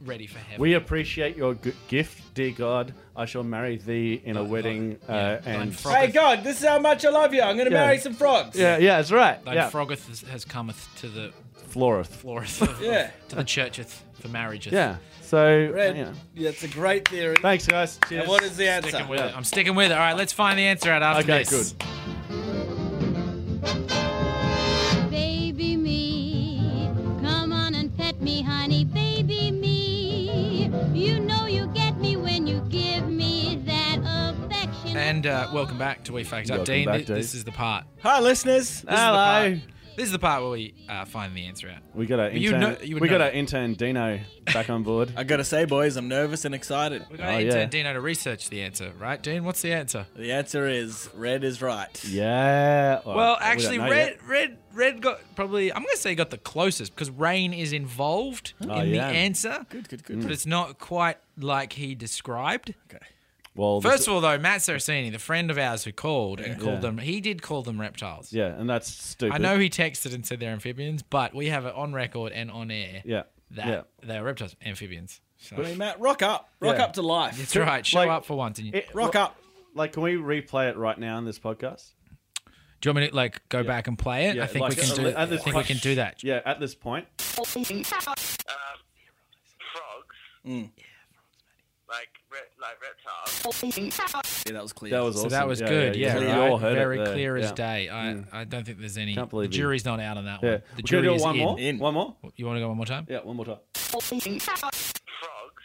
D: ready for heaven.
E: Mm. We appreciate your g- gift, dear God. I shall marry thee in a wedding. Uh,
D: thine
E: and
D: frog-
F: hey, God, this is how much I love you. I'm going to
E: Yeah.
F: marry some frogs.
E: yeah, yeah, that's right.
D: Thine
E: yeah,
D: frogeth has- has cometh to the
E: Floreth.
D: flooreth [laughs] of,
F: Yeah.
D: to the churcheth for marriages.
E: Yeah. So
F: Red,
E: yeah.
F: yeah, it's a great theory.
E: Thanks, guys. Cheers.
F: And what is the answer?
D: Sticking with it. I'm sticking with it. All right, let's find the answer out after
E: Okay,
D: this.
E: good.
H: Baby me, come on and pet me, honey, baby me. You know you get me when you give me that affection.
D: And uh, welcome back to We Fact Up,
E: Welcome
D: Dean.
E: back,
D: Th- This
E: Dean.
D: is the part.
F: Hi, listeners.
D: This is the part-
E: Hello.
D: This is the part where we uh, find the answer out.
E: We got our
D: You
E: intern.
D: know- you would
E: we got
D: know.
E: our intern Dino back on board.
D: [laughs]
F: I gotta say, boys, I'm nervous and excited.
D: We got
E: Oh,
D: intern
E: yeah.
D: Dino to research the answer, right? Dean, what's the answer?
F: The answer is red is right.
E: yeah.
D: Well, actually, Red, Red, Red got probably I'm gonna say got the closest because Rain is involved
E: Oh,
D: in
E: yeah.
D: the answer.
F: Good, good, good.
D: But it's not quite like he described.
F: Okay.
E: Well, the-
D: First of all, though, Matt Saraceni, the friend of ours who called and called
E: Yeah.
D: them, he did call them reptiles.
E: yeah, and that's stupid.
D: I know he texted and said they're amphibians, but we have it on record and on air
E: Yeah,
D: that
E: yeah.
D: they're reptiles, amphibians. So
F: I mean, Matt, rock up, rock
E: Yeah.
F: up to life.
D: that's right. Show
E: like,
D: up for once. And you,
E: It-
F: rock up.
E: Like, can we replay it right now in this podcast?
D: do you want me to like go back and play it?
E: Yeah,
D: I think
E: like,
D: we can
E: uh,
D: do.
E: at
D: I
E: this
D: think we can do that.
E: Yeah, at this point.
G: Um, frogs. Like re- like reptiles.
F: Yeah, that was clear.
E: That was
D: So
E: awesome.
D: that was
E: Yeah,
D: good. Yeah,
E: We
D: right.
E: all heard it
D: very
E: there.
D: clear as
E: Yeah. Mm.
D: day. I, I don't think there's any.
E: Can't believe
D: the
E: you-
D: jury's not out on that one. The
E: Yeah. We're gonna
D: jury
E: do it
D: is
E: one
D: in.
E: more.
F: In.
E: One more.
D: You want to go one more time?
E: Yeah, one more time.
F: Mm.
G: Frogs.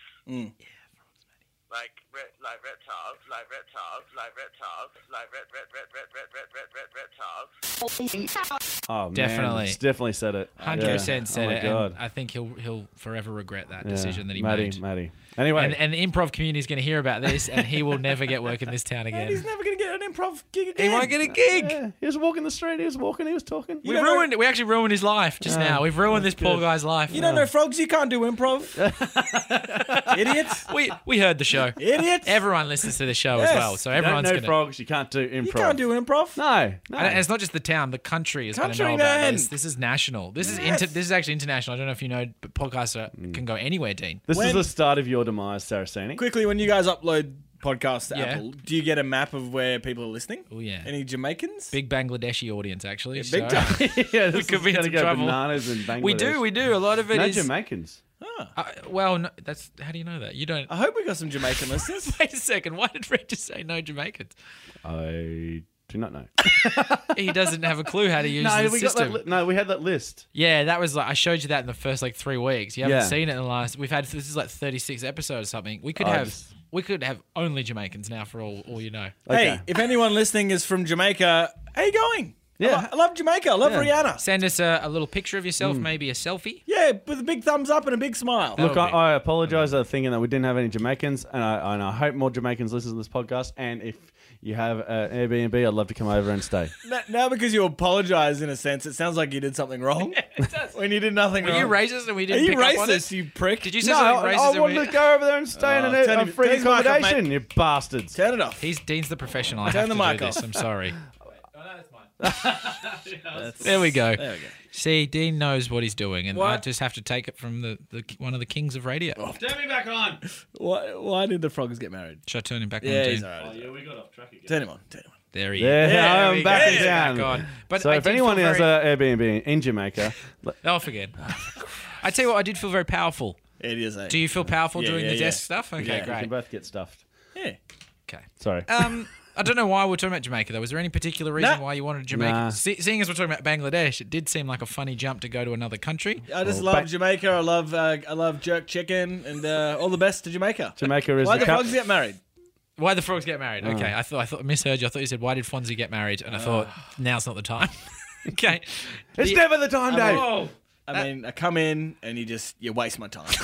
G: Like re- like reptiles. Like reptiles. Like reptiles. Like re- re- re- re- re- re- re- re- reptiles.
E: Oh man,
D: Definitely.
E: it's definitely said it.
D: Hundred percent
E: Yeah.
D: said
E: oh my
D: it.
E: God.
D: And I think he'll he'll forever regret that
E: Yeah.
D: decision that he
E: Matty,
D: made.
E: Matty. Anyway,
D: And, and the improv community is going to hear about this, and he will never get work in this town again.
F: He's never gonna get an improv gig
D: he
F: again.
D: won't get a gig.
E: yeah, he was walking the street. He was walking. He was talking.
D: We ruined. We actually ruined his life just now. We've ruined this poor guy's life.
F: You don't know frogs. You can't do
E: [laughs]
F: improv. Idiots.
D: we we heard the show.
F: Idiots.
D: Everyone listens to the show
F: Yes.
D: as well, so
E: You don't
D: everyone's
E: know
D: going to.
E: frogs. You can't do improv.
F: you can't do improv.
E: No, no.
D: And it's not just the town; the country is going to know about
F: Countrymen.
D: this. This is national. This is inter- this is actually international. I don't know if you know, but podcasts are,
F: Mm.
D: can go anywhere, Dean.
E: this is
F: When-
E: the start of your demise, Saraceni.
F: Quickly, when you guys upload podcasts to
D: Yeah.
F: Apple, do you get a map of where people are listening?
D: Oh, yeah.
F: Any Jamaicans?
D: Big Bangladeshi audience, actually.
F: big
D: so-
F: time.
E: [laughs] yeah, this
D: could
E: is
D: be in
E: gonna
D: some
E: go
D: trouble.
E: bananas in
D: [laughs]
E: Bangladesh.
D: we do, we do. A lot of it
E: no
D: is.
E: Jamaicans.
D: uh, well, no, that's how do you know that? You don't. [laughs]
F: I hope we got some Jamaican listeners.
E: [laughs]
D: Wait a second. Why did Fred just say no Jamaicans?
E: I do not know.
D: He doesn't have a clue how to
E: [laughs]
D: use
E: no,
D: the
E: we got
D: system.
E: that li- no, we had that list.
D: Yeah, that was like I showed you that in the first like three weeks. You haven't
E: Yeah.
D: seen it in the last. We've had this is like thirty six episodes or something. We
F: Oh,
D: could
E: I
D: have
E: just-
D: we could have only Jamaicans now for all all you know.
E: Okay.
F: Hey, if anyone listening is from Jamaica, how you going? I
E: Yeah.
F: lo- I love Jamaica. I love Rihanna.
D: Send us a, a little picture of
F: Mm.
D: yourself, maybe a selfie.
F: Yeah, with a big thumbs up and a big smile.
E: Look, I,
D: Okay.
E: I apologise for thinking that we didn't have any Jamaicans, and I, and I hope more Jamaicans listen to this podcast. And if you have an Airbnb, I'd love to come over and stay.
F: N- Now, because you apologize in a sense, it sounds like you did something wrong. [laughs] When you did nothing
D: Were
F: wrong.
D: you racist and we
F: Are
D: didn't
F: you
D: pick up on
F: racist,
D: it?
F: you prick?
D: Did you say
E: no,
D: something
E: I,
D: racist?
E: I
D: and
E: wanted
D: we-
E: to go over there and stay in
D: Uh,
F: Oh,
E: an air-
F: turn
E: a
F: him-
E: free
F: turn his mic off,
E: accommodation, you bastards.
F: Turn it off.
D: He's Dean's the professional. I
F: Turn
D: have
F: the
D: to
F: mic
D: do this.
F: off.
D: I'm sorry. there we go.
F: There we go.
D: See, Dean knows what he's doing, and I
F: What? Oh.
D: just have to take it from the, the one of the kings of radio.
E: Turn me back on.
F: Why, why did the frogs get married?
D: Should I turn him back
F: Yeah,
D: on?
F: he's
D: Dean?
F: all right.
E: Oh, yeah, we got off track again.
F: Turn him on. Turn him on.
D: There he
E: Yeah,
D: is. There we go.
E: I'm back
D: He's
E: down.
D: back on. But
E: so
D: I
E: if
D: did
E: anyone
D: feel
E: has
D: very-
E: an Airbnb in Jamaica, l-
D: Oh, forget. I tell you what, I did feel very powerful.
F: It is a.
D: Do you feel powerful
F: Yeah,
D: doing
F: yeah,
D: the
F: yeah.
D: desk stuff? Okay,
F: Yeah.
E: we can
D: great.
E: both get stuffed.
F: Yeah.
D: Okay.
E: Sorry.
D: Um, I don't know why we're talking about Jamaica though. Was there any particular reason
F: Nah.
D: why you wanted Jamaica?
E: Nah.
D: Se- seeing as we're talking about Bangladesh, it did seem like a funny jump to go to another country.
F: I just
E: Oh,
F: love
E: ba-
F: Jamaica. I love uh, I love jerk chicken and uh, all the best to Jamaica.
E: [laughs] Jamaica is
F: Why
E: the
F: the
E: cup-
F: frogs get married?
D: Why the frogs get married? Okay, I thought I thought I misheard you. I thought you said why did Fonzie get married, and I thought now's not the time. [laughs] okay,
E: it's
D: the-
E: never the time, Dave.
D: Oh,
F: I mean, I come in and you just you waste my time. [laughs]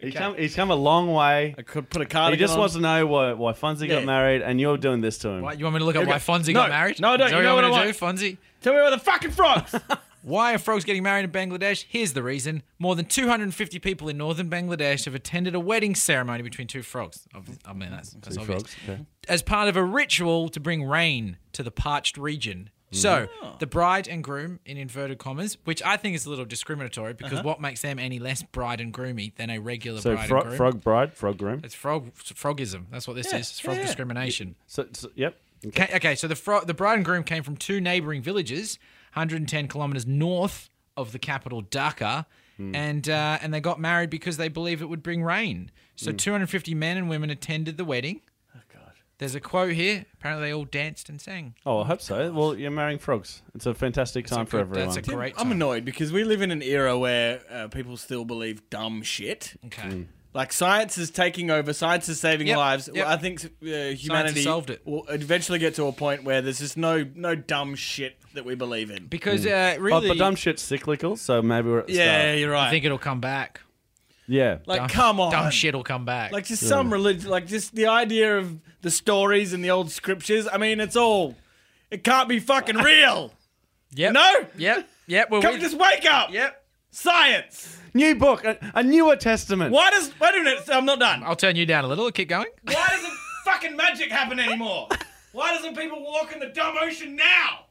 E: He's, come, he's come a long way.
F: I could put a
E: He
F: cardigan.
E: just
F: on.
E: wants to know why, why Fonzie
F: Yeah.
E: got married, and you're doing this to him.
D: Why- you want me to look at why Fonzie
F: No,
D: got married?
F: no, I don't.
D: Is that
F: You know
D: you
F: what I
D: want me to do, Fonzie?
F: Tell me where the
E: [laughs]
F: fucking frogs.
D: Why are frogs getting married in Bangladesh? Here's the reason. More than 250 people in northern Bangladesh have attended a wedding ceremony between two frogs. Obvi- I mean, that's, that's obvious.
E: frogs, okay.
D: As part of a ritual to bring rain to the parched region. So,
E: Ah.
D: the bride and groom, in inverted commas, which I think is a little discriminatory because what makes them any less bride and groomy than a regular
E: Uh-huh. So
D: bride and
E: frog,
D: groom?
E: frog bride, frog groom.
D: It's frog, frogism. That's what this is. It's frog
F: yeah, yeah.
D: discrimination.
E: So, so yep.
D: Ca okay, so the fro- the bride and groom came from two neighboring villages, 110 kilometers north of the capital Dhaka, and uh, and they got married because they believe it would bring rain. So 250 men and women attended the wedding. Oh God! There's a quote here. Apparently, they all danced and sang.
E: Oh, I hope so. Well, you're marrying frogs. It's a fantastic time
D: a
E: for
D: good-
E: everyone.
D: that's a great.
F: I'm
D: time.
F: annoyed because we live in an era where uh, people still believe dumb shit.
D: Okay.
F: Like science is taking over. Science is saving
D: Yep,
F: lives.
D: yep.
F: Well, I think uh, humanity
D: solved it.
F: will eventually get to a point where there's just no no dumb shit that we believe in.
D: Because uh,
E: Oh,
D: really,
E: but dumb shit's cyclical, so maybe we're at the
F: Yeah,
E: start.
F: you're
D: I
F: right.
D: think it'll come back.
E: Yeah.
F: like,
D: Dumb-
F: come on,
D: Dumb shit will come back.
F: Oh, Like just some religion, like just the idea of [laughs] the stories and the old scriptures. I mean, it's all, it can't be fucking real.
D: Yep.
F: No?
D: Yep. Yep. Well,
F: Come
D: we-
F: just wake up.
D: Yep.
F: Science.
E: New book, a, a newer testament.
F: Why does wait a minute? I'm not done.
D: I'll turn you down a little. Keep going.
F: [laughs] Why doesn't fucking magic happen anymore? Why doesn't people walk in the dumb ocean now?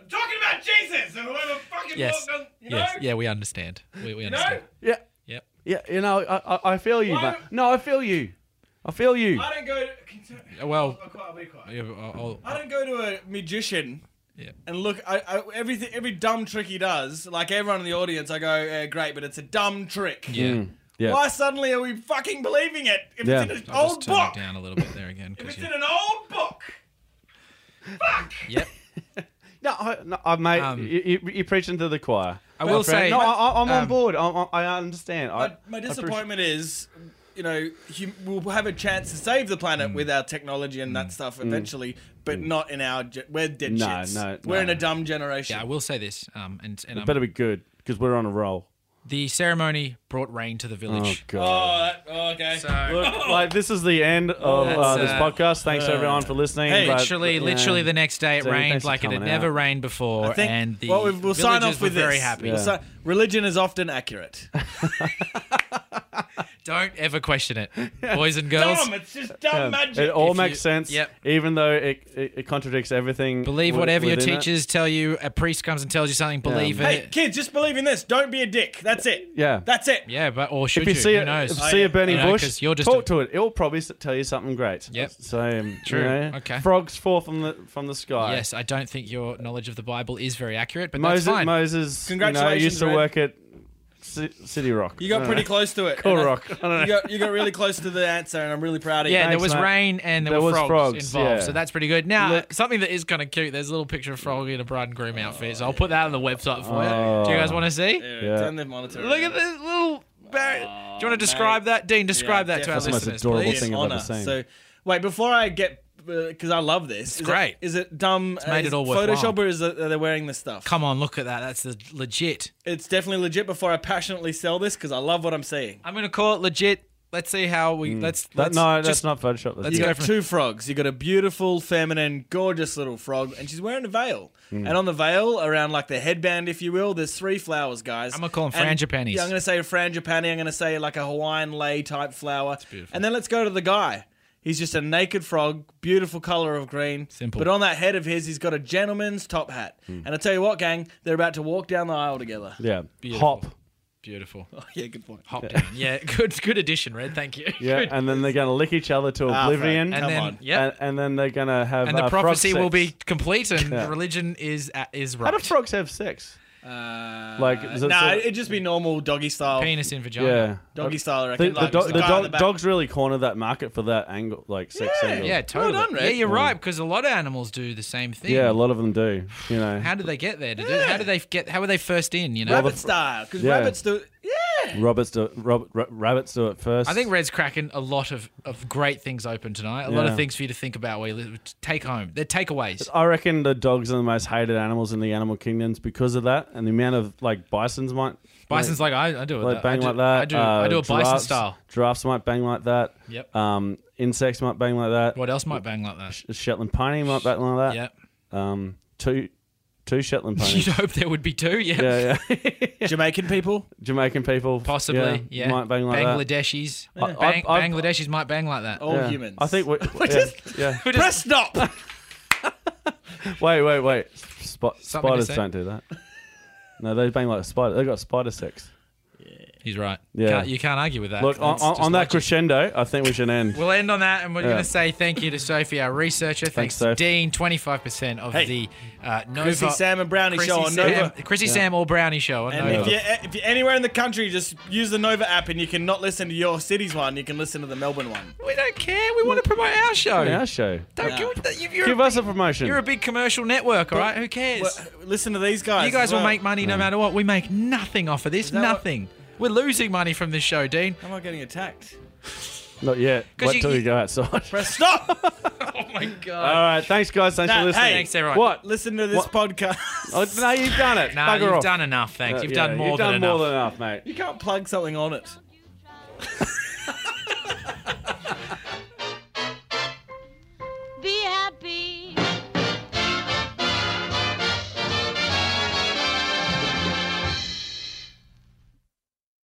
F: I'm talking about Jesus and whoever fucking
D: Yes.
F: walked on, you know?
D: Yes. Yeah, we understand. We, we
F: know?
D: understand.
E: Yeah,
D: Yep.
E: yeah. You know, I, I, I feel you,
F: Why-
E: but no, I feel you. I feel you.
F: I don't go to. Can, so-
D: Uh, Well,
F: I'll be quiet, I'll be quiet.
D: yeah, I'll- I'll-
F: I don't go to a magician
D: Yeah.
F: and look. I, I, everything, every dumb trick he does, like everyone in the audience, I go, eh, great, but it's a dumb trick.
D: yeah.
E: Yeah.
F: Why suddenly are we fucking believing it? If
E: Yeah.
F: it's in an
D: I'll
F: old
D: just turn
F: book,
D: it down a little bit there again.
F: Oh, [laughs] if
D: 'cause
F: it's
D: you-
F: in an old book, fuck.
D: Yep.
E: No, I, no, I, mate,
D: Um,
E: you, you, you're preaching to the choir.
D: I
E: My
D: will
E: friend.
D: say-
E: no, I, I-
D: um,
E: I'm on board. I, I, I understand.
F: My,
E: I,
F: my
E: I appreciate-
F: disappointment is, you know, hum- we'll have a chance to save the planet
E: Mm.
F: with our technology and that stuff eventually, but not in our. Ge- we're dead
E: No,
F: shits.
E: no,
F: we're
E: no.
F: in a dumb generation.
D: Yeah, I will say this. Um, and and
E: It
D: um,
E: better be good because we're on a roll.
D: the ceremony brought rain to the
E: Oh
D: village.
E: god.
F: that, oh, okay.
D: So
E: Look, like this is the end of uh,
D: That's,
E: this
D: uh,
E: podcast. Thanks everyone for listening.
F: hey,
E: but,
D: literally,
E: you know,
D: literally the next day it
E: Dude, thanks
D: rained
E: for
D: like it had
E: coming
D: never
E: out.
D: rained before,
F: I think-
D: and the
F: well, we've, we'll sign
D: villagers
F: off
D: were
F: with
D: very
F: this.
D: happy.
F: We'll
E: Yeah.
F: si- religion is often accurate.
D: Don't ever question
F: [laughs]
D: it, boys and girls.
F: dumb. It's just dumb
E: um,
F: magic.
E: It all
D: If
E: makes
D: you-
E: sense.
D: yep.
E: Even though it, it, it contradicts everything.
D: Believe
E: wi-
D: whatever your
E: within it.
D: teachers tell you. A priest comes and tells you something. Believe it.
F: hey, kids, just believe in this. Don't be a dick. That's it.
E: Yeah.
F: That's it.
D: Yeah, but or should
E: If you
D: you?
E: see
D: Who
E: it,
D: knows?
E: if you see a burning
D: You know, 'cause
E: bush,
D: you're just
E: talk
D: a-
E: to it. It'll probably s- tell you something great.
D: Yep.
E: So um,
D: True.
E: you know,
D: Okay.
E: Frogs fall from the from the sky.
D: Yes, I don't think your knowledge of the Bible is very accurate, but
E: Moses,
D: that's fine.
E: Moses, you know,
F: Congratulations,
E: used to
F: Red.
E: work at C- City Rock. Uh,
F: You got pretty close to it.
E: Cool
F: And I-
E: rock. I don't know.
F: [laughs] You got, you got really close to the answer, and I'm really proud of
D: yeah,
F: you.
D: there
E: Thanks,
D: was
E: mate.
D: rain and there,
E: There
D: were
E: was
D: frogs,
E: frogs,
D: involved,
E: yeah.
D: so that's pretty good. Now,
E: Look-
D: something that is kind of cute. There's a little picture of Frog in a bride and groom outfit, so I'll put that on the website for you. Do you guys
E: Oh.
D: want to see?
E: Yeah.
F: Turn the monitor.
D: Look at this little. Bar- Do you want to describe that, Dean? Describe
F: Oh, Yeah,
D: that to our
F: That's the
E: most
D: listeners,
E: adorable
D: please.
E: thing I've ever
F: honor.
E: seen.
F: So, wait, before I get, because I love this. It's
D: great.
F: Is it dumb? It's
D: made it all worthwhile.
F: Photoshop or is it, are they wearing this stuff?
D: Come on, look at that. That's the legit.
F: It's definitely legit. Before I passionately sell this, because I love what I'm seeing.
D: I'm gonna call it legit. Let's see how we. Let's.
E: Mm. That,
D: let's
E: no,
D: just,
E: that's not Photoshop. That's
D: let's
F: You
D: go
F: got
D: from-
F: two frogs. You got a beautiful, feminine, gorgeous little frog, and she's wearing a veil.
D: Hmm.
F: And on the veil, around like the headband, if you will, there's three flowers, guys.
D: I'm gonna call 'em
F: And-
D: frangipanis.
F: Yeah, I'm gonna say a frangipani. I'm gonna say like a Hawaiian lei type flower. And then let's go to the guy. He's just a naked frog, beautiful color of green.
D: Simple. Hmm.
F: But on that head of his, he's got a gentleman's top hat. And I tell you what, gang, they're about to walk down the aisle together.
E: yeah.
D: Beautiful.
E: Hop. [laughs]
D: Beautiful.
F: [laughs] yeah, good point. Uh,
D: Hop down. Yeah, good. Good addition, Red. Thank you.
E: Yeah,
D: Good.
E: and then they're gonna lick each other to
F: Ah,
E: oblivion.
F: Frank,
D: And
F: come
D: then,
F: on.
D: yeah.
E: and, and then they're gonna have
D: and the
E: uh, frog
D: prophecy will
E: sex.
D: be complete, and
E: Yeah.
D: religion is uh, is
E: How
D: right.
E: do frogs have sex? Like, is
F: no,
E: it sort of-
F: it'd just be normal doggy style.
D: Penis in vagina.
E: yeah,
F: Doggy style, I
E: The,
F: reckon.
E: the,
F: like,
E: do-
F: the
E: the
F: guy
E: dog-
F: in the back.
E: dogs really corner that market for that angle, like sex angle.
D: Yeah, totally.
F: done, Red.
D: yeah, you're right because a lot of animals do the same thing.
E: yeah, a lot of them do. You know,
D: How did they get there? To do, how did they get? How were they first in? You know,
F: rabbit style, because
E: Yeah.
F: rabbits do. Yeah.
E: rabbits do rob, ra- rabbits do it first.
D: I think Red's cracking a lot of, of great things open tonight. A lot of
E: Yeah.
D: things for you to think about. Where you li- take home. They're takeaways.
E: I reckon the dogs are the most hated animals in the animal kingdoms because of that, and the amount of like bison's might
D: Bison's like I, I do it.
E: uh, like,
D: that.
E: bang
D: I do,
E: like that.
D: I do.
E: uh,
D: I do a bison
E: giraffes-
D: style.
E: Giraffes might bang like that.
D: Yep.
E: Um, insects might bang like that.
D: What else might bang like that?
E: Sh- Shetland pony might bang like that.
D: Yep. [laughs]
E: Um, two two Shetland uh, ponies.
D: You'd hope there would be two. Yeah.
E: yeah, yeah. [laughs]
F: Jamaican people.
E: Jamaican people
D: Possibly. Yeah.
E: might bang like that.
D: Bangladeshis.
E: I- Oh,
D: Bang,
E: I've- I've-
D: Bangladeshis might bang like that.
F: All
E: Yeah.
F: humans.
E: I
F: [laughs]
D: [laughs]
E: think. We, yeah, yeah.
D: Who does-
F: Press
E: [laughs]
F: stop.
E: Wait, wait, wait. Sp-
D: Something to
E: spiders
D: say?
E: don't
D: [laughs]
E: do that. No, they bang like a spider. They got spider sex.
D: He's right.
E: Yeah.
D: Can't, you can't argue with that.
E: Look, on,
D: That's
E: on,
D: just
E: on that
D: logic.
E: crescendo, I think we should end.
D: We'll end on that, and we're
E: Yeah.
D: going to say thank you to Sophie, our researcher. Thanks,
E: Thanks,
D: to
E: Soph.
D: Dean, twenty-five percent of
F: Hey.
D: the uh, Nova.
F: Chrissy Sam and Brownie
D: Chrissy
F: show on
D: Sam,
F: Nova.
D: Chrissy Sam or Brownie show on
F: And
D: Nova.
F: if, you're, if you're anywhere in the country, just use the Nova app and you can not listen to your city's one. You can listen to the Melbourne one.
D: we don't care. We want to promote our show.
E: Yeah, our show.
D: Don't give, that- you're,
E: Give
D: a,
E: us a promotion.
D: you're a big commercial network, all right? Who cares?
F: Well, listen to these guys.
D: you guys
F: as
D: will
F: well.
D: make money no matter what. We make nothing off of this.
F: that what-
D: Nothing. We're losing money from this show, Dean.
F: Am I getting attacked?
E: Not yet.
D: [laughs] 'Cause
E: Wait
D: you-
E: till
D: you-
E: we go outside.
F: Press stop.
D: [laughs] Oh my
E: [laughs] All
D: god.
E: right. Thanks, guys. Thanks
F: Nah,
E: for listening.
F: hey,
D: Thanks, everyone.
E: What?
F: listen to this
E: What?
F: podcast. [laughs]
E: Oh, no, you've done it.
D: Nah,
E: Bugger
D: you've
E: off.
D: done enough. Thanks.
E: Uh,
D: you've
E: yeah,
D: done more
E: you've
D: than
E: done
D: enough.
E: more than enough, mate.
F: You can't plug something on it.
H: Be happy.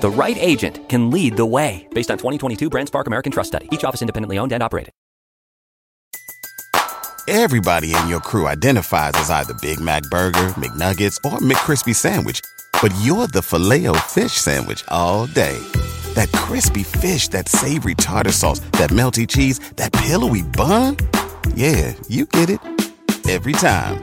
A: The right agent can lead the way. Based on 2022 BrandSpark American Trust Study, each office independently owned and operated.
B: Everybody in your crew identifies as either Big Mac Burger, McNuggets, or McCrispy Sandwich. But you're the filet fish Sandwich all day. That crispy fish, that savory tartar sauce, that melty cheese, that pillowy bun. Yeah, you get it. Every time.